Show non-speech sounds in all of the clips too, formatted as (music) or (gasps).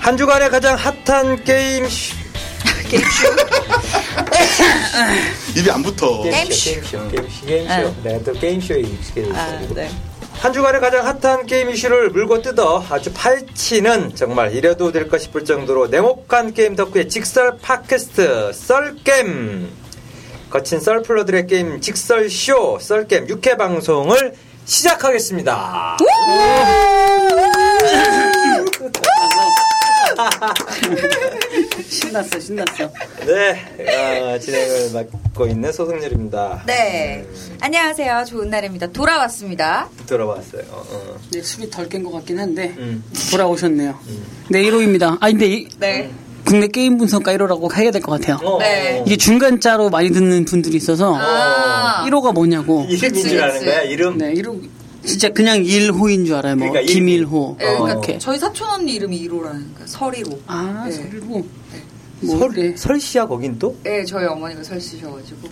한 주간의 가장 핫한 게임 쇼. 입이 안 붙어. 게임쇼. 게임쇼. 게임쇼. 네, 또 게임쇼에 익숙해져 있어요. 아, 네. 한 주간의 가장 핫한 게임 이슈를 물고 뜯어 아주 팔찌는 정말 이래도 될까 싶을 정도로 냉혹한 게임 덕후의 직설 팟캐스트 썰겜 거친 썰플러들의 게임 직설쇼 썰겜 6회 방송을 시작하겠습니다 신났어, 신났어. 네 어, 진행을 맡고 있는 소승렬입니다 네. 안녕하세요. 좋은 날입니다. 돌아왔습니다. 들어봤어요 어. 네, 숨이 덜 깬 것 같긴 한데 음. 돌아오셨네요. 네, 1호입니다. 아, 근데 이- 네. 국내 게임 분석가 1호라고 해야 될 것 같아요. 어. 네. 이게 중간자로 많이 듣는 분들이 있어서 아. 1호가 뭐냐고. 이름인 그치, 줄 아는 그치. 거야 이름 네, 1호 진짜 그냥 1호인 줄 알아요. 뭐 그러니까 일- 김일호 네, 뭐 그러니까 이렇게. 저희 사촌 언니 이름이 1호라니까 서리로. 아, 네. 그리고 뭐 설, 그래. 설씨야 거긴 또? 네, 저희 어머니가 설씨셔가지고.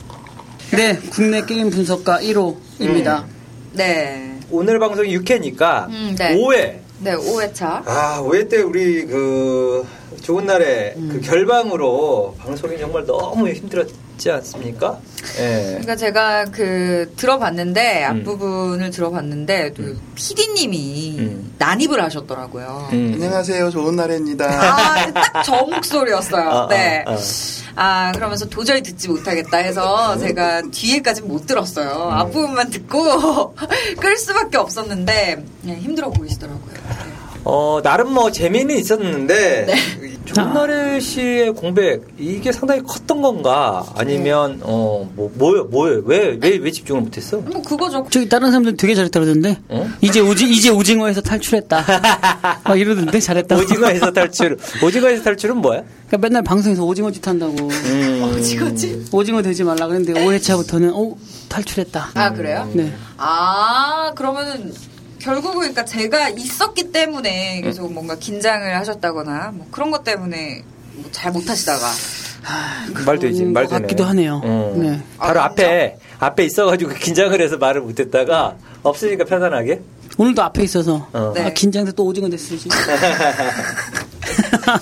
네, 국내 게임 분석가 1호입니다. 음. 네. 오늘 방송이 6회니까 음, 네. 5회 네, 5회차. 아, 5회 때 우리 그 좋은 날에 그 결방으로 방송이 정말 너무 힘들었지 않습니까? 예. 그러니까 제가 그 들어봤는데 음. 앞부분을 들어봤는데 그 PD님이 음. 난입을 하셨더라고요. 안녕하세요. 좋은 (laughs) 날입니다. 아, 딱 저 목소리였어요. 아, 네. 아, 아. 아, 그러면서 도저히 듣지 못하겠다 해서 제가 뒤에까지 못 들었어요. 앞부분만 듣고 (laughs) 끌 수밖에 없었는데 네, 힘들어 보이시더라고요. 네. 어, 나름 뭐 재미는 있었는데 좋은 날에 씨의 공백 이게 상당히 컸던 건가? 네. 아니면 어, 뭐 뭐요? 뭐요? 왜왜 왜 집중을 못 했어? 뭐 그거죠. 저기 다른 사람들 되게 잘했다 그러던데. 어? 이제 오지 이제 (laughs) 오징어에서 탈출했다. 막 이러던데 잘했다. 오징어에서 (laughs) 탈출. 오징어에서 탈출은 뭐야? 그러니까 맨날 방송에서 오징어 짓 한다고. 음. 지거지. 오징어 되지 말라 그랬는데 5회차부터는 어 탈출했다. 아, 그래요? 네. 아, 그러면은 결국은 그러니까 제가 있었기 때문에 계속 뭔가 긴장을 하셨다거나 뭐 그런 것 때문에 뭐잘 못하시다가 말 되지 그런 말 것 되네. 같기도 하네요. 어. 네. 바로 아, 앞에 앞에 있어가지고 긴장을 해서 말을 못했다가 없으니까 편안하게. 오늘도 앞에 있어서 어. 네. 아, 긴장돼 또 오징어 됐을지. (laughs) (laughs)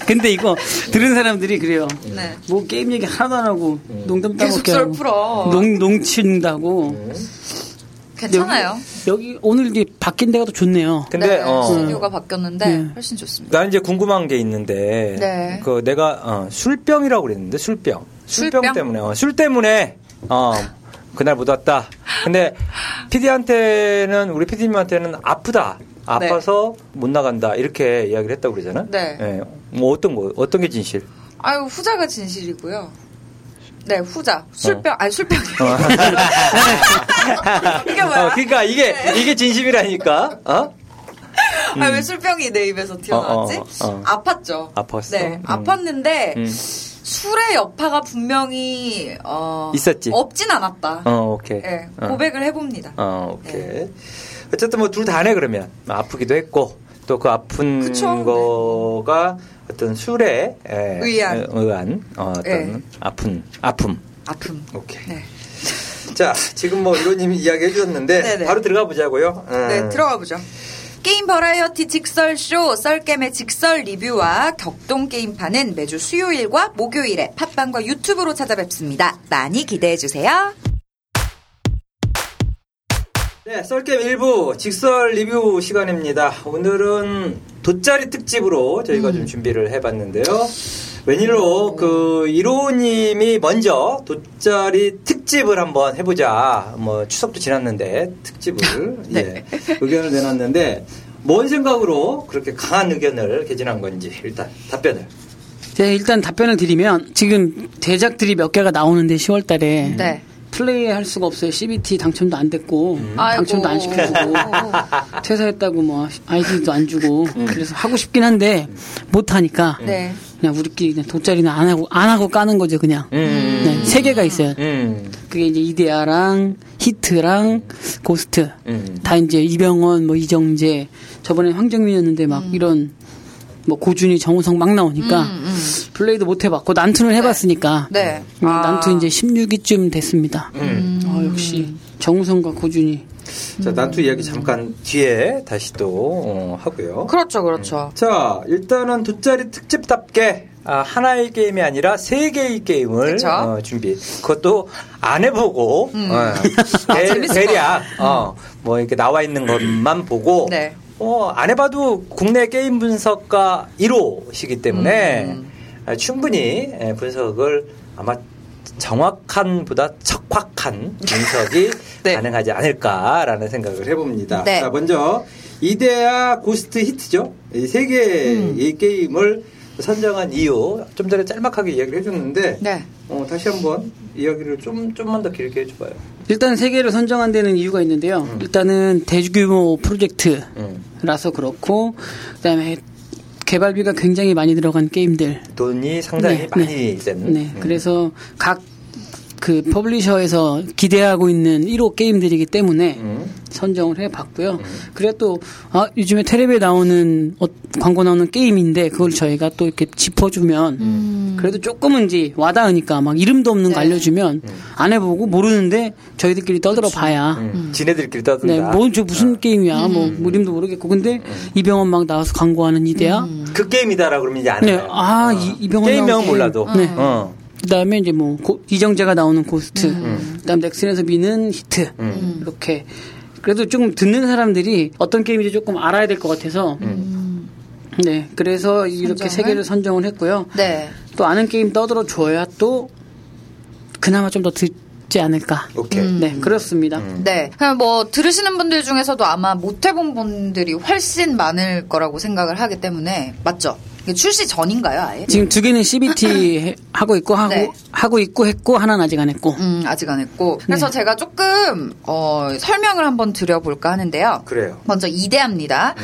근데 이거 들은 사람들이 그래요. 네. 뭐 게임 얘기 하나도 안 하고 농담 계속 따먹게 썰 하고 풀어. 농 농친다고. 괜찮아요. 여기, 여기 오늘 이게 바뀐 데가 더 좋네요. 근데 네, 어, 스튜디오가 바뀌었는데 네. 훨씬 좋습니다. 나 이제 궁금한 게 있는데 네. 그 내가 어, 술병이라고 그랬는데 술병 술병, 술병? 때문에 어, 술 때문에 어, 그날 못 왔다. 근데 PD한테는 우리 PD님한테는 아프다. 아파서 못 나간다 이렇게 이야기를 했다고 그러잖아. 네. 예. 뭐 어떤 거 어떤 게 진실? 아유 후자가 진실이고요. 네 후자 술병 어. 아니 술병 (laughs) 이게 뭐야? 어, 그러니까 이게 네. 이게 진심이라니까. 어? 아, 왜 술병이 내 입에서 튀어나왔지? 음. 어, 어, 어. 아팠죠. 아팠어? 네 음. 아팠는데 음. 술의 여파가 분명히 어, 있었지? 없진 않았다. 어, 오케이. 네, 어. 고백을 해봅니다. 어, 오케이. 네. 어쨌든 뭐 둘 다네 그러면 아프기도 했고 또 그 아픈 그쵸. 네. 거가 어떤 술에 에, 의한. 에, 의한 어, 떤 네. 아픈 아픔. 아픔. 오케이. 네. 자 지금 뭐 이로님이 이야기해 주셨는데 네네. 바로 들어가 보자고요. 음. 네, 들어가 보죠. 게임 버라이어티 직설쇼 썰겜의 직설 리뷰와 격동 게임판은 매주 수요일과 목요일에 팟빵과 유튜브로 찾아뵙습니다. 많이 기대해 주세요. 네, 썰겜 일부 직설 리뷰 시간입니다. 오늘은 돗자리 특집으로 저희가 좀 준비를 해봤는데요. 웬일로 그 이로님이 먼저 돗자리 특집을 한번 해보자. 뭐 추석도 지났는데 특집을 예, 의견을 내놨는데 뭔 생각으로 그렇게 강한 의견을 개진한 건지 일단 답변을. 제가 네, 일단 답변을 드리면 지금 대작들이 몇 개가 나오는데 10월 달에 네. 플레이 할 수가 없어요. CBT 당첨도 안 됐고 당첨도 (laughs) 안 시켜주고 퇴사했다고 뭐 아이디도 안 주고 그래서 하고 싶긴 한데 못 하니까 네. 그냥 우리끼리 그냥 돗자리는 안 하고 안 하고 까는 거죠 그냥. 음. 네, 세 개가 있어요. 음. 그게 이제 이데아랑 히트랑 고스트 음. 다 이제 이병헌 뭐 이정재 저번에 황정민이었는데 음. 막 이런 뭐 고준이 정우성 막 나오니까 플레이도 못 해봤고 난투는 해봤으니까 음. 네. 음, 아. 음. 난투 이제 16위쯤 됐습니다. 어, 역시 정우성과 아, 고준이 자, 난투 이야기 잠깐 뒤에 다시 또 어, 하고요. 그렇죠, 그렇죠. 자, 일단은 두 자리 특집답게 아, 하나의 게임이 아니라 세 개의 게임을 그쵸. 음. 어, 준비. 그것도 안 해보고 (laughs) 어, 대, 아, 재밌을 대략 어, 뭐 이렇게 나와 있는 것만 보고 네. 어, 안 해봐도 국내 게임 분석가 1호시기 때문에 음. 아, 충분히 예, 분석을 아마 정확한 보다 척확한 분석이 (laughs) 네. 가능하지 않을까라는 생각을 해봅니다. 네. 자, 먼저 이데아 고스트 히트죠. 이 세 개의 음. 이 게임을 선정한 이유 좀 전에 짤막하게 이야기를 해줬는데 네. 어, 다시 한번 이야기를 좀 좀만 더 길게 해줘봐요. 일단 세 개를 선정한 데는 이유가 있는데요. 일단은 대규모 음. 프로젝트라서 그렇고 그다음에 개발비가 굉장히 많이 들어간 게임들. 돈이 상당히 네, 많이 음. 네. 드는. 네, 그래서 각 그 퍼블리셔에서 기대하고 있는 1호 게임들이기 때문에 음. 선정을 해봤고요. 그래 또 아, 요즘에 텔레비에 나오는 어, 광고 나오는 게임인데 그걸 저희가 또 이렇게 짚어주면 음. 그래도 조금은 이제 와닿으니까 막 이름도 없는 거 알려주면 안 해보고 모르는데 저희들끼리 떠들어 봐야 음. 지네들끼리 떠든다. 음. 네, 뭐저 무슨 게임이야, 뭐 이름도 모르겠고 근데 이병헌 막 나와서 광고하는 이대야. 그 게임이다라 그러면 이제 안 네, 해요. 아, 이- 이병헌 게임명 나오는 은 몰라도. 게임. 네. 어. 그다음에 이제 뭐 고- 이정재가 나오는 고스트, 그다음 넥슨에서 미는 히트 음. 이렇게 그래도 조금 듣는 사람들이 어떤 게임인지 조금 알아야 될 것 같아서 음. 네 그래서 이렇게 선정을? 세 개를 선정을 했고요. 네. 또 아는 게임 떠들어 줘야 또 그나마 좀 더 듣지 않을까. 오케이. 음. 네 그렇습니다. 네. 그냥 뭐 들으시는 분들 중에서도 아마 못 해본 분들이 훨씬 많을 거라고 생각을 하기 때문에 맞죠? 이게 출시 전인가요, 아예? 지금 두 (laughs) 개는 CBT 해- 하고 있고 하고 네. 하고 있고 했고 하나는 아직 안 했고. 음, 아직 안 했고. 그래서 제가 조금 어, 설명을 한번 드려볼까 하는데요. 그래요. 음. 먼저 이대합니다.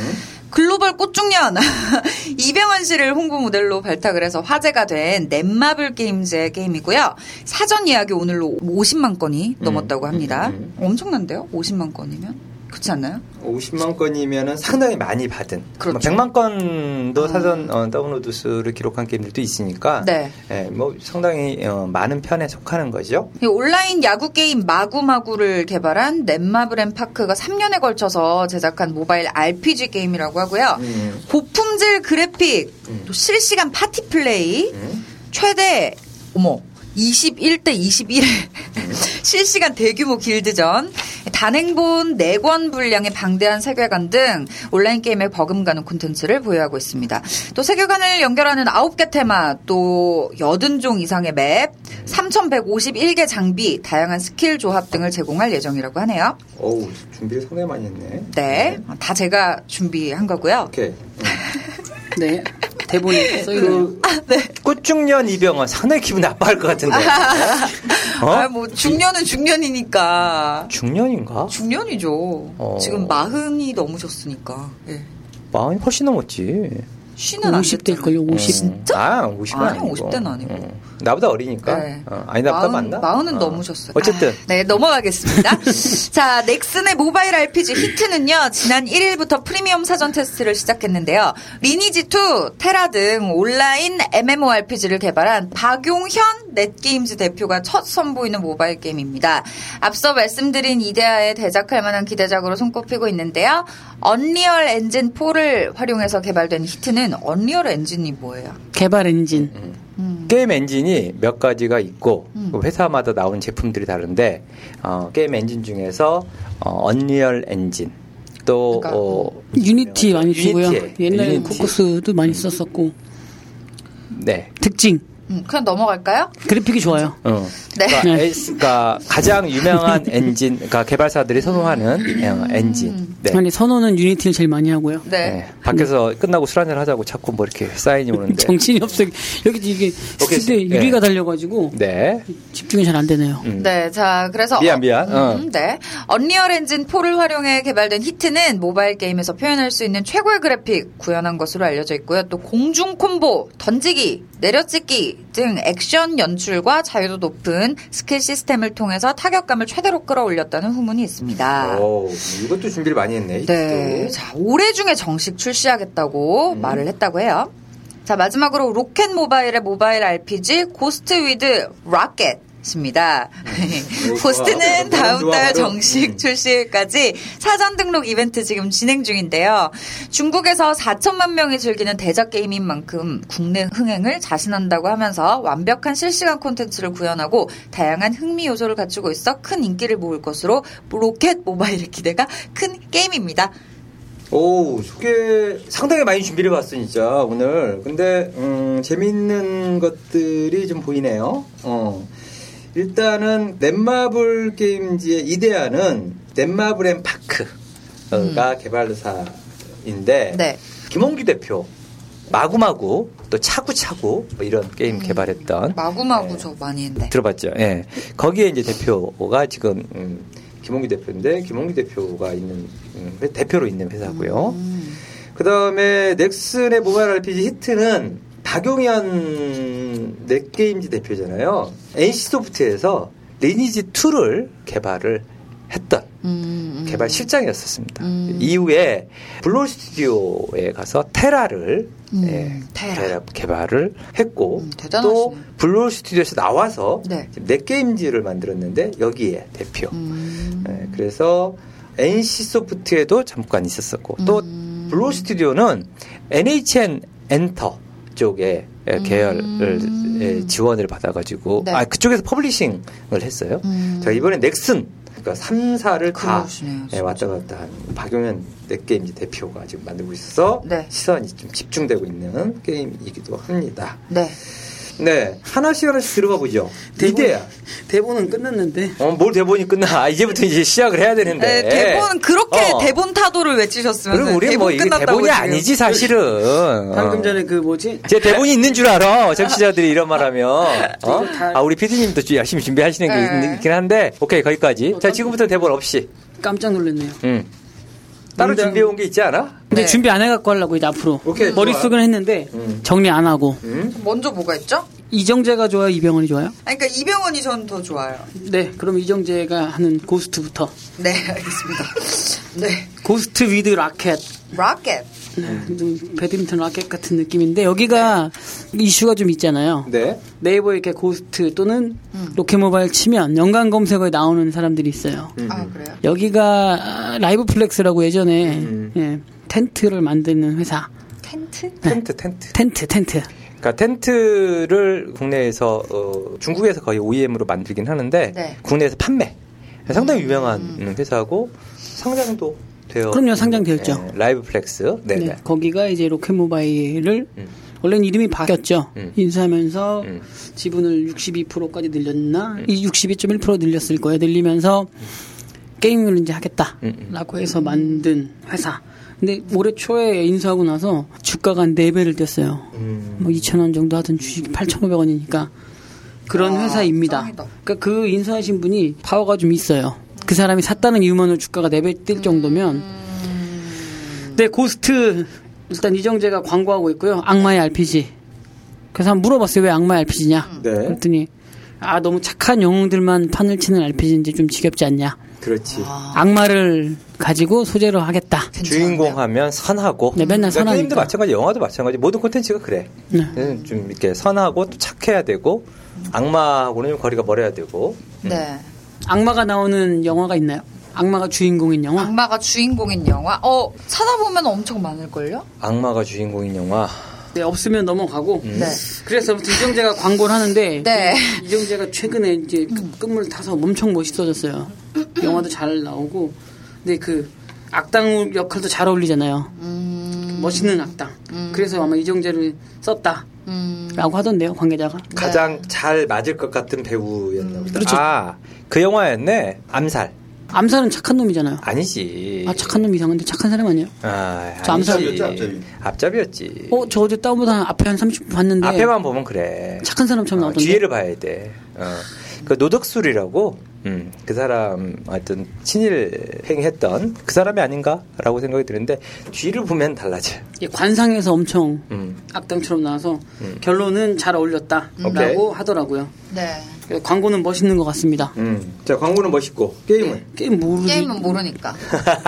글로벌 꽃중년 (laughs) 이병헌 씨를 홍보 모델로 발탁을 해서 화제가 된 넷마블 게임즈의 게임이고요. 사전 예약이 오늘로 50만 건이 음. 넘었다고 합니다. 엄청난데요? 50만 건이면 그렇지 않나요? 50만 건이면은 상당히 많이 받은. 그렇죠. 음. 100만 건도 사전 어, 다운로드 수를 기록한 게임들도 있으니까. 네. 예, 뭐 상당히 어, 많은 편에 속하는 거죠. 이 온라인 야구 게임 마구마구를 개발한 넷마블 앤 파크가 3년에 걸쳐서 제작한 모바일 RPG 게임이라고 하고요. 음. 고품질 그래픽, 또 실시간 파티 플레이, 최대 어머 21대 21 (laughs) 실시간 대규모 길드전, 단행본 4권 분량의 방대한 세계관 등 온라인 게임에 버금가는 콘텐츠를 보유하고 있습니다. 또 세계관을 연결하는 9개 테마, 또 80종 이상의 맵, 3151개 장비, 다양한 스킬 조합 등을 제공할 예정이라고 하네요. 어우, 준비를 상당히 많이 했네. 네. 다 제가 준비한 거고요. 오케이. 네 대본에 써 있는. 그 꽃중년 이병헌 상당히 기분 나빠할 것 (laughs) 같은데. 어? 아, 뭐, 중년은 중년이니까. 중년인가? 중년이죠. 어. 지금 마흔이 넘으셨으니까. 예. 마흔이 훨씬 넘었지. 쉬는 안 50 됐잖아요. 될걸요, 50. 진짜? 아, 50은 아니야, 아니고. 50 대는 아니고. 어, 나보다 어리니까. 네. 어, 아니, 나보다 마흔- 맞나? 마흔은 어. 넘으셨어요. 어쨌든. 아, 네, (laughs) 넘어가겠습니다. 자, 넥슨의 모바일 RPG 히트는요, 지난 1일부터 프리미엄 사전 테스트를 시작했는데요. 리니지2, 테라 등 온라인 MMORPG를 개발한 박용현 넷게임즈 대표가 첫 선보이는 모바일 게임입니다. 앞서 말씀드린 이데아의 대작할 만한 기대작으로 손꼽히고 있는데요. 언리얼 엔진 4를 활용해서 개발된 히트는 언리얼 엔진이 뭐예요? 개발 엔진. 게임 엔진이 몇 가지가 있고 음. 그 회사마다 나온 제품들이 다른데 어, 게임 엔진 중에서 어, 언리얼 엔진 또 그러니까, 어, 유니티 많이 쓰고요. 유니티에, 네, 옛날에 유니티. 코코스도 많이 썼었고 네. 특징 음, 그냥 넘어갈까요? 그래픽이 좋아요. 어. 네. 그러니까, 에이스- 그러니까 가장 (laughs) 유명한 엔진, 그러니까 개발사들이 선호하는 어, 엔진. 네. 아니 선호는 유니티를 제일 많이 하고요. 네. 네. 밖에서 끝나고 술 한잔 하자고 자꾸 뭐 이렇게 사인이 오는데. (laughs) 정신이 없어. 여기 이게 오케이, 스튜디오에 네. 유리가 달려가지고 네. 집중이 잘 안 되네요. 음. 네, 자, 그래서. 미안, 미안. 어. 음, 네. 언리얼 엔진 4를 활용해 개발된 히트는 모바일 게임에서 표현할 수 있는 최고의 그래픽 구현한 것으로 알려져 있고요. 또 공중 콤보, 던지기, 내려찍기 등 액션 연출과 자유도 높은 스킬 시스템을 통해서 타격감을 최대로 끌어올렸다는 후문이 있습니다. 음. 오, 이것도 준비를 많이 했네. 아. 네. 이것도. 자, 올해 중에 정식 음. 출시하겠다고 말을 했다고 해요. 자, 마지막으로 로켓 모바일의 모바일 RPG 고스트 위드 라켓 십니다. (laughs) 좋아. 호스트는 그러니까 다음 좋아, 달 바로. 정식 음. 출시일까지 사전 등록 이벤트 지금 진행 중인데요. 중국에서 4천만 명이 즐기는 대작 게임인 만큼 국내 흥행을 자신한다고 하면서 완벽한 실시간 콘텐츠를 구현하고 다양한 흥미 요소를 갖추고 있어 큰 인기를 모을 것으로 로켓 모바일의 기대가 큰 게임입니다. 오, 소개 상당히 많이 준비를 해봤어, 진짜, 오늘. 근데, 음, 재밌는 것들이 좀 보이네요. 어. 일단은, 넷마블 게임즈의 이데아는 넷마블 앤 파크가 개발사인데, 음. 네. 김홍규 대표, 마구마구, 또 차구차구, 뭐 이런 게임 개발했던. 음. 마구마구 네. 저 많이 했는데. 들어봤죠. 예. 거기에 이제 대표가 지금 음, 김홍기 대표인데 김홍기 대표가 있는 음, 회- 대표로 있는 회사고요. 그다음에 넥슨의 모바일 RPG 히트는 박용현 넷게임즈 대표잖아요. NC 소프트에서 리니지 2를 개발을 했던 음, 개발 실장이었었습니다. 음. 이후에 블루 스튜디오에 가서 테라를 음, 예, 테라. 테라 개발을 했고 음, 대단하시네. 또 블루 스튜디오에서 나와서 네. 지금 넷게임즈를 만들었는데 여기에 대표. 음. 예, 그래서 NC 소프트에도 잠깐 있었었고 또 음. 블루 스튜디오는 NHN 엔터 쪽에 예, 계열을 음. 예, 지원을 받아가지고 네. 아 그쪽에서 퍼블리싱을 했어요. 음. 자 이번에 넥슨 그러니까 3사를 다 그러시네요, 예, 왔다 갔다 한 박용현 넷게임즈 대표가 지금 만들고 있어서 네. 시선이 좀 집중되고 있는 게임이기도 합니다. 네. 네 하나씩 하나씩 들어가 보죠. 이대야. 대본은 끝났는데 어, 뭘 대본이 끝나? 아, 이제부터 이제 시작을 해야 되는데. 네, 대본 그렇게 대본 타도를 외치셨으면 어. 그럼 우리 대본 뭐 이게 끝났다고 대본이 지금. 아니지 사실은. (laughs) 방금 어. 전에 그 뭐지 제 대본이 있는 줄 알아. 정치자들이 이런 (laughs) 말하면. 어? 다- 아 우리 피디님도 좀 열심히 준비하시는 게 네. 있- 있긴 한데. 오케이 거기까지. 자 지금부터 대본 없이. 깜짝 놀랐네요. 음. 따로 문장- 준비해 온 게 있지 않아? 근데 네. 준비 안 해갖고 하려고 이제 앞으로 오케이, 머릿속은 좋아요. 했는데 음. 정리 안 하고 음. 먼저 뭐가 있죠? 이정재가 좋아요 이병헌이 좋아요? 아니, 그러니까 이병헌이 전 더 좋아요. 네 그럼 이정재가 하는 고스트부터 네, 알겠습니다. 네, 고스트 위드 라켓 로켓. 네, 좀 배드민턴 라켓 같은 느낌인데 여기가 이슈가 좀 있잖아요. 네. 네이버에 이렇게 고스트 또는 로켓 모바일 치면 연관 검색어에 나오는 사람들이 있어요. 아 그래요? 여기가 아, 라이브 플렉스라고 예전에 예, 텐트를 만드는 회사. 텐트? 텐트 텐트. 텐트, 텐트. 그러니까 텐트를 국내에서 어, 중국에서 거의 OEM으로 만들긴 하는데 네. 국내에서 판매 상당히 유명한 회사고 상장도 되어 그럼요, 상장되어 있죠. 네, 라이브 플렉스 네, 네, 네. 거기가 이제 로켓 모바일을 음. 원래는 이름이 바뀌었죠. 음. 인수하면서 음. 지분을 62%까지 늘렸나? 이 62.1% 늘렸을 거예요. 늘리면서 음. 게임을 이제 하겠다라고 해서 만든 회사. 근데 올해 초에 인수하고 나서 주가가 한 4배를 뛰었어요. 음. 뭐 2,000원 정도 하던 주식이 8,500원이니까 그런 아, 와, 회사입니다. 짱이다. 그러니까 그 인수하신 분이 파워가 좀 있어요. 그 사람이 샀다는 이유만으로 주가가 4배 음. 뛸 정도면 네, 고스트 일단 이정재가 광고하고 있고요. 악마의 RPG. 그래서 한번 물어봤어요. 왜 악마의 RPG냐? 음. 네. 그랬더니 아 너무 착한 영웅들만 판을 치는 RPG인지 좀 지겹지 않냐? 그렇지 아, 아. 악마를 가지고 소재로 하겠다. 주인공 하면 선하고 그러니까 네, 맨날 선하니까. 게임도 마찬가지 영화도 마찬가지 모든 콘텐츠가 그래 네. 네, 좀 이렇게 선하고 또 착해야 되고 악마하고는 좀 거리가 멀어야 되고 네. 악마가 나오는 영화가 있나요? 악마가 주인공인 영화? 악마가 주인공인 영화. 어 찾아보면 엄청 많을걸요? 악마가 주인공인 영화 네, 없으면 넘어가고. 네. 그래서 아무튼 이정재가 광고를 하는데 네. 이- 이정재가 최근에 이제 그 끝- 끝물을 타서 엄청 멋있어졌어요. 영화도 잘 나오고 근데 그 악당 역할도 잘 어울리잖아요. 음, 음. 멋있는 악당. 그래서 아마 이정재를 썼다라고 음. 하던데요 관계자가. 가장 잘 맞을 것 같은 배우였나 보다 그렇죠. 아그 영화였네 암살 암살은 착한 놈이잖아요. 아니지 아 착한 놈 이상한데 착한 사람 아니에요? 아, 저 아니지. 앞잡이였죠, 앞잡이. 앞잡이였지. 어 저 어제 다운보드 한 앞에 한 30분 봤는데 앞에만 보면 그래. 착한 사람처럼 어, 나오던데. 뒤에를 봐야 돼. 어. 그 노덕술이라고 음, 그 사람 하여튼 친일 행했던 그 사람이 아닌가라고 생각이 드는데 뒤를 보면 달라져요. 이게 예, 관상에서 엄청 음. 악당처럼 나와서 결론은 잘 어울렸다라고 오케이. 하더라고요. 네. 그래서 광고는 멋있는 것 같습니다. 음. 자 광고는 멋있고 게임은 게임 모르. (laughs) 게임은 뭐. 모르니까.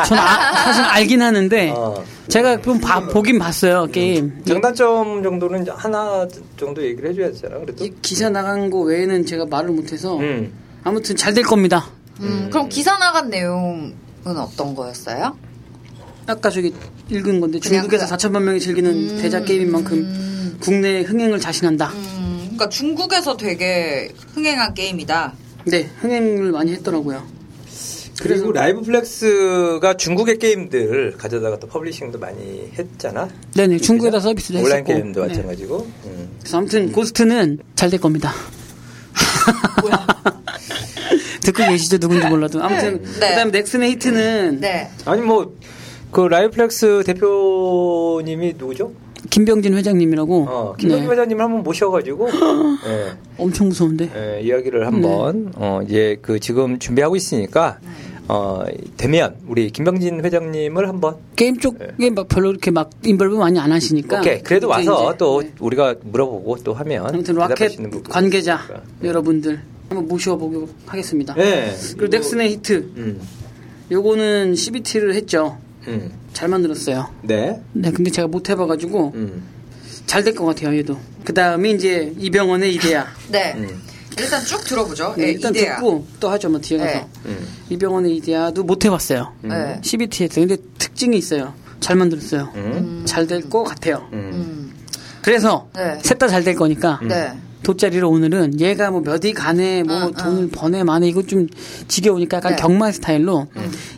전 아- 사실 알긴 하는데 어. 음. 제가 좀 봐- 보긴 봤어요 게임. 장단점 정도는 이제 하나 정도 얘기를 해줘야 되잖아. 그래도 이 기사 나간 거 외에는 제가 말을 못해서 음. 아무튼 잘 될 겁니다. 음, 그럼 기사 나간 내용은 어떤 거였어요? 아까 저기 읽은 건데 그냥 중국에서 그- 4천만 명이 즐기는 대자 게임인 만큼 국내 흥행을 자신한다. 음, 그러니까 중국에서 되게 흥행한 게임이다. 네, 흥행을 많이 했더라고요. 그리고 라이브 플렉스가 중국의 게임들 가져다가 또 퍼블리싱도 많이 했잖아. 네네, 중국에다 그죠? 서비스도 했었고. 온라인 게임도 네. 마찬가지고. 음. 그래서 아무튼 고스트는 잘 될 겁니다. (laughs) 듣고 계시죠? 누군지 몰라도. 아무튼 네. 그다음에 넥슨의 히트는 네. 아니 뭐 그 라이플렉스 대표님이 누구죠? 김병진 회장님이라고 어, 김동희 네. 회장님을 한번 (gasps) 모셔가지고 예, 엄청 무서운데. 예, 이야기를 네. 한번 어, 이제 그 지금 준비하고 있으니까 어, 되면 우리 김병진 회장님을 한번 게임 쪽에 막 별로 이렇게 막 인벌브 많이 안 하시니까. 네. 오케이 그래도 그러니까 이제 와서 이제, 또 네. 우리가 물어보고 또 하면 아무튼 대답할 로켓 수 있는 부분. 관계자 그러니까. 여러분들 한번 모셔보고 하겠습니다. 예 그리고 넥슨의 히트. 음, 요거는 CBT를 했죠. 음, 잘 만들었어요. 네 네, 근데 제가 못 해봐가지고 음, 잘 될 것 같아요, 얘도. 그 다음에 이제 이병헌의 이데야. 네. 음. 일단 쭉 들어보죠. 네, 예, 일단 이데아. 듣고 또 하죠, 뭐 뒤에 가서. 네. 음, 이병헌의 이데야도 못 해봤어요. 네. CBT 했어요. 근데 특징이 있어요. 잘 만들었어요. 음, 잘 될 것 같아요. 음. 음. 그래서 네. 셋 다 잘 될 거니까 네. 돗자리로 오늘은 얘가 뭐 몇이 가네, 뭐 응, 돈을 버네, 마네, 이거 좀 지겨우니까 약간 아, 네. 경마 스타일로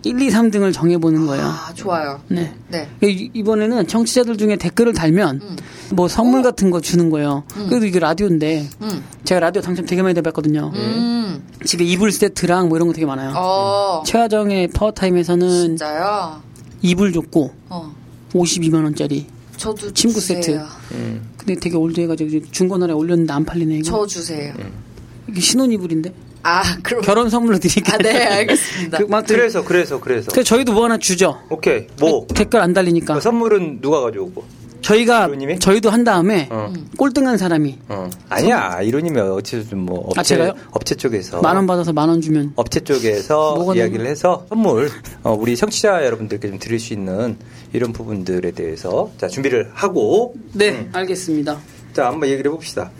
1, 2, 3등을 정해보는 거예요. 아, 좋아요. 네. 네. 이- 이번에는 청취자들 중에 댓글을 달면 음. 뭐 선물 같은 거 주는 거예요. 그래도 이게 라디오인데 음. 제가 라디오 당첨 되게 많이 돼봤거든요. 음. 집에 이불 세트랑 뭐 이런 거 되게 많아요. 어. 최화정의 파워타임에서는 진짜요? 이불 줬고 어. 52만 원짜리. 저도 친구 주세요. 세트. 근데 되게 올드해가지고 중고나라에 올렸는데 안 팔리네 이거. 저 주세요. 음. 이게 신혼 이불인데 아, 그럼. 결혼 선물로 드릴게요. 아, 네, 알겠습니다. 그, 막 그래서 그러니까. 그래서 그래서 그래서 저희도 뭐 하나 주죠. 오케이 뭐 댓글 안 달리니까 그 선물은 누가 가져오고 저희가 이로님이? 저희도 한 다음에 어. 꼴등한 사람이 어. 아니야 이론이면 어쨌든 뭐 아, 업체 제가요? 업체 쪽에서 만 원 받아서 만 원 주면 업체 쪽에서 뭐가 이야기를 나오나? 해서 선물 어, 우리 청취자 여러분들께 좀 드릴 수 있는 이런 부분들에 대해서 자 준비를 하고 네 음. 알겠습니다. 자 한번 얘기를 해봅시다.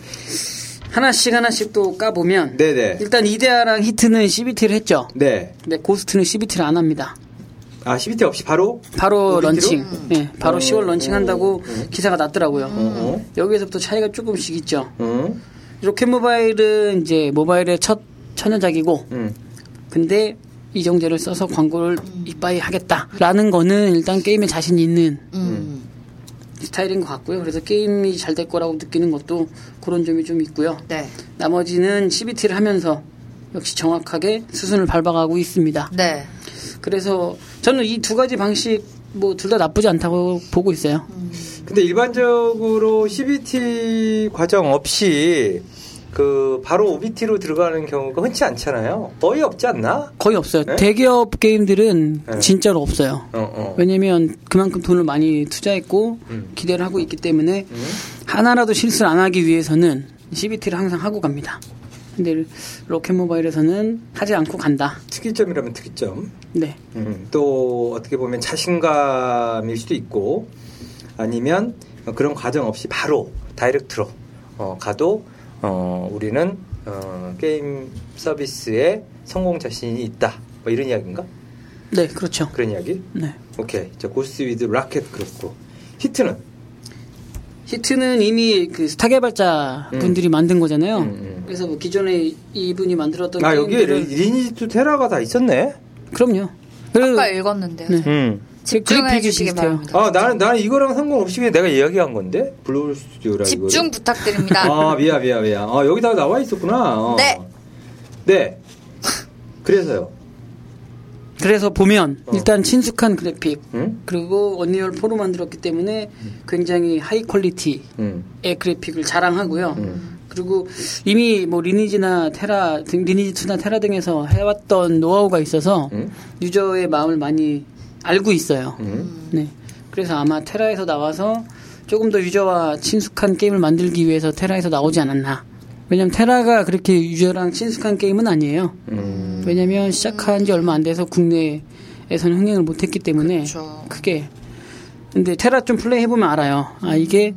하나씩 하나씩 또 까보면 네네. 일단 이데아랑 히트는 CBT를 했죠. 네. 근데 고스트는 CBT를 안 합니다. 아 CBT 없이 바로 바로 오비티로? 런칭. 네, 바로 어, 음. 10월 런칭한다고 기사가 났더라고요. 어. 여기에서부터 차이가 조금씩 있죠. 음. 로켓 모바일은 이제 모바일의 첫 천연작이고 음. 근데 이정재를 써서 광고를 이빠이 하겠다라는 거는 일단 게임에 자신 있는 음. 스타일인 것 같고요. 그래서 게임이 잘 될 거라고 느끼는 것도 그런 점이 좀 있고요. 네. 나머지는 CBT를 하면서 역시 정확하게 수순을 밟아가고 있습니다. 네. 그래서 저는 이 두 가지 방식 뭐 둘 다 나쁘지 않다고 보고 있어요. 근데 일반적으로 CBT 과정 없이 그 바로 OBT로 들어가는 경우가 흔치 않잖아요. 거의 없지 않나? 거의 없어요. 네? 대기업 게임들은 네. 진짜로 없어요. 어, 어. 왜냐면 그만큼 돈을 많이 투자했고 음. 기대를 하고 있기 때문에 하나라도 실수를 안 하기 위해서는 CBT를 항상 하고 갑니다. 근데 로켓 모바일에서는 하지 않고 간다. 특이점이라면 특이점. 네. 음, 또 어떻게 보면 자신감일 수도 있고 아니면 그런 과정 없이 바로 다이렉트로 어, 가도 어, 우리는 어, 게임 서비스에 성공 자신이 있다 뭐 이런 이야기인가 네, 그렇죠. 그런 이야기 네. 오케이 자 고스 위드 라켓 그렇고 히트는 히트는 이미 그 스타 개발자 분들이 만든 거잖아요. 음, 음. 그래서 뭐 기존에 이분이 만들었던 아 여기 게임들을- 리니지 투 테라가 다 있었네 그럼요. 그래서 아까 읽었는데요. 네. 음. 집중해 주시기 비슷해요. 바랍니다. 아 나는 나는 이거랑 상관없이 그냥 내가 이야기한 건데 블루 스튜디오라 이거 집중 (laughs) 부탁드립니다. 아, 미안, 미안, 미안. 아, 여기 다 나와 있었구나. 어. 네. 네. 그래서요. 그래서 보면 어. 음. 일단 친숙한 그래픽 응? 그리고 언리얼 4로 음. 만들었기 때문에 굉장히 하이 퀄리티의 응. 예, 음. 그래픽을 자랑하고요. 그리고 이미 뭐 리니지나 테라 등 리니지 2나 테라 등에서 해왔던 노하우가 있어서 음. 유저의 마음을 많이 알고 있어요. 음. 네. 그래서 아마 테라에서 나와서 조금 더 유저와 친숙한 게임을 만들기 위해서 테라에서 나오지 않았나. 왜냐면 테라가 그렇게 유저랑 친숙한 게임은 아니에요. 음. 왜냐면 시작한 지 얼마 안 돼서 국내에서는 흥행을 못 했기 때문에 그쵸. 크게. 근데 테라 좀 플레이 해보면 알아요. 아, 이게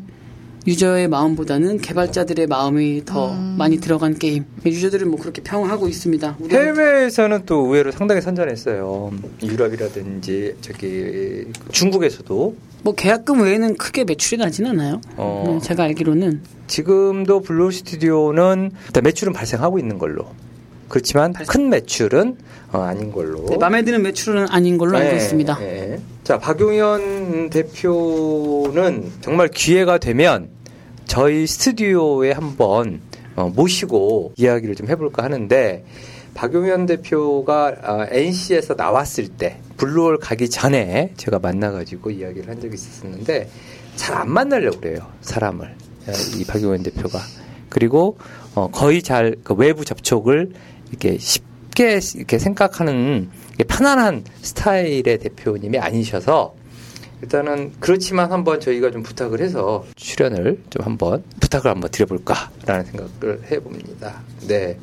유저의 마음보다는 개발자들의 마음이 더 많이 들어간 게임. 유저들은 뭐 그렇게 평하고 있습니다. 우리 해외에서는 또 의외로 상당히 선전했어요. 유럽이라든지 저기 중국에서도 뭐 계약금 외에는 크게 매출이 나진 않아요. 어. 네, 제가 알기로는. 지금도 블루 스튜디오는 일단 매출은 발생하고 있는 걸로. 그렇지만 큰 매출은 어, 아닌 걸로. 네, 맘에 드는 매출은 아닌 걸로 알고 네, 있습니다. 네. 자, 박용현 대표는 정말 기회가 되면 저희 스튜디오에 한번 어, 모시고 이야기를 좀 해볼까 하는데 박용현 대표가 NC에서 나왔을 때 블루홀 가기 전에 제가 만나가지고 이야기를 한 적이 있었는데 잘 안 만나려고 그래요 사람을 어, 이 박용현 대표가 그리고 어, 거의 잘그 외부 접촉을 이렇게 쉽게 이렇게 생각하는 이렇게 편안한 스타일의 대표님이 아니셔서 일단은 그렇지만 한번 저희가 좀 부탁을 해서 출연을 좀 한번 부탁을 한번 드려볼까라는 생각을 해봅니다. 네.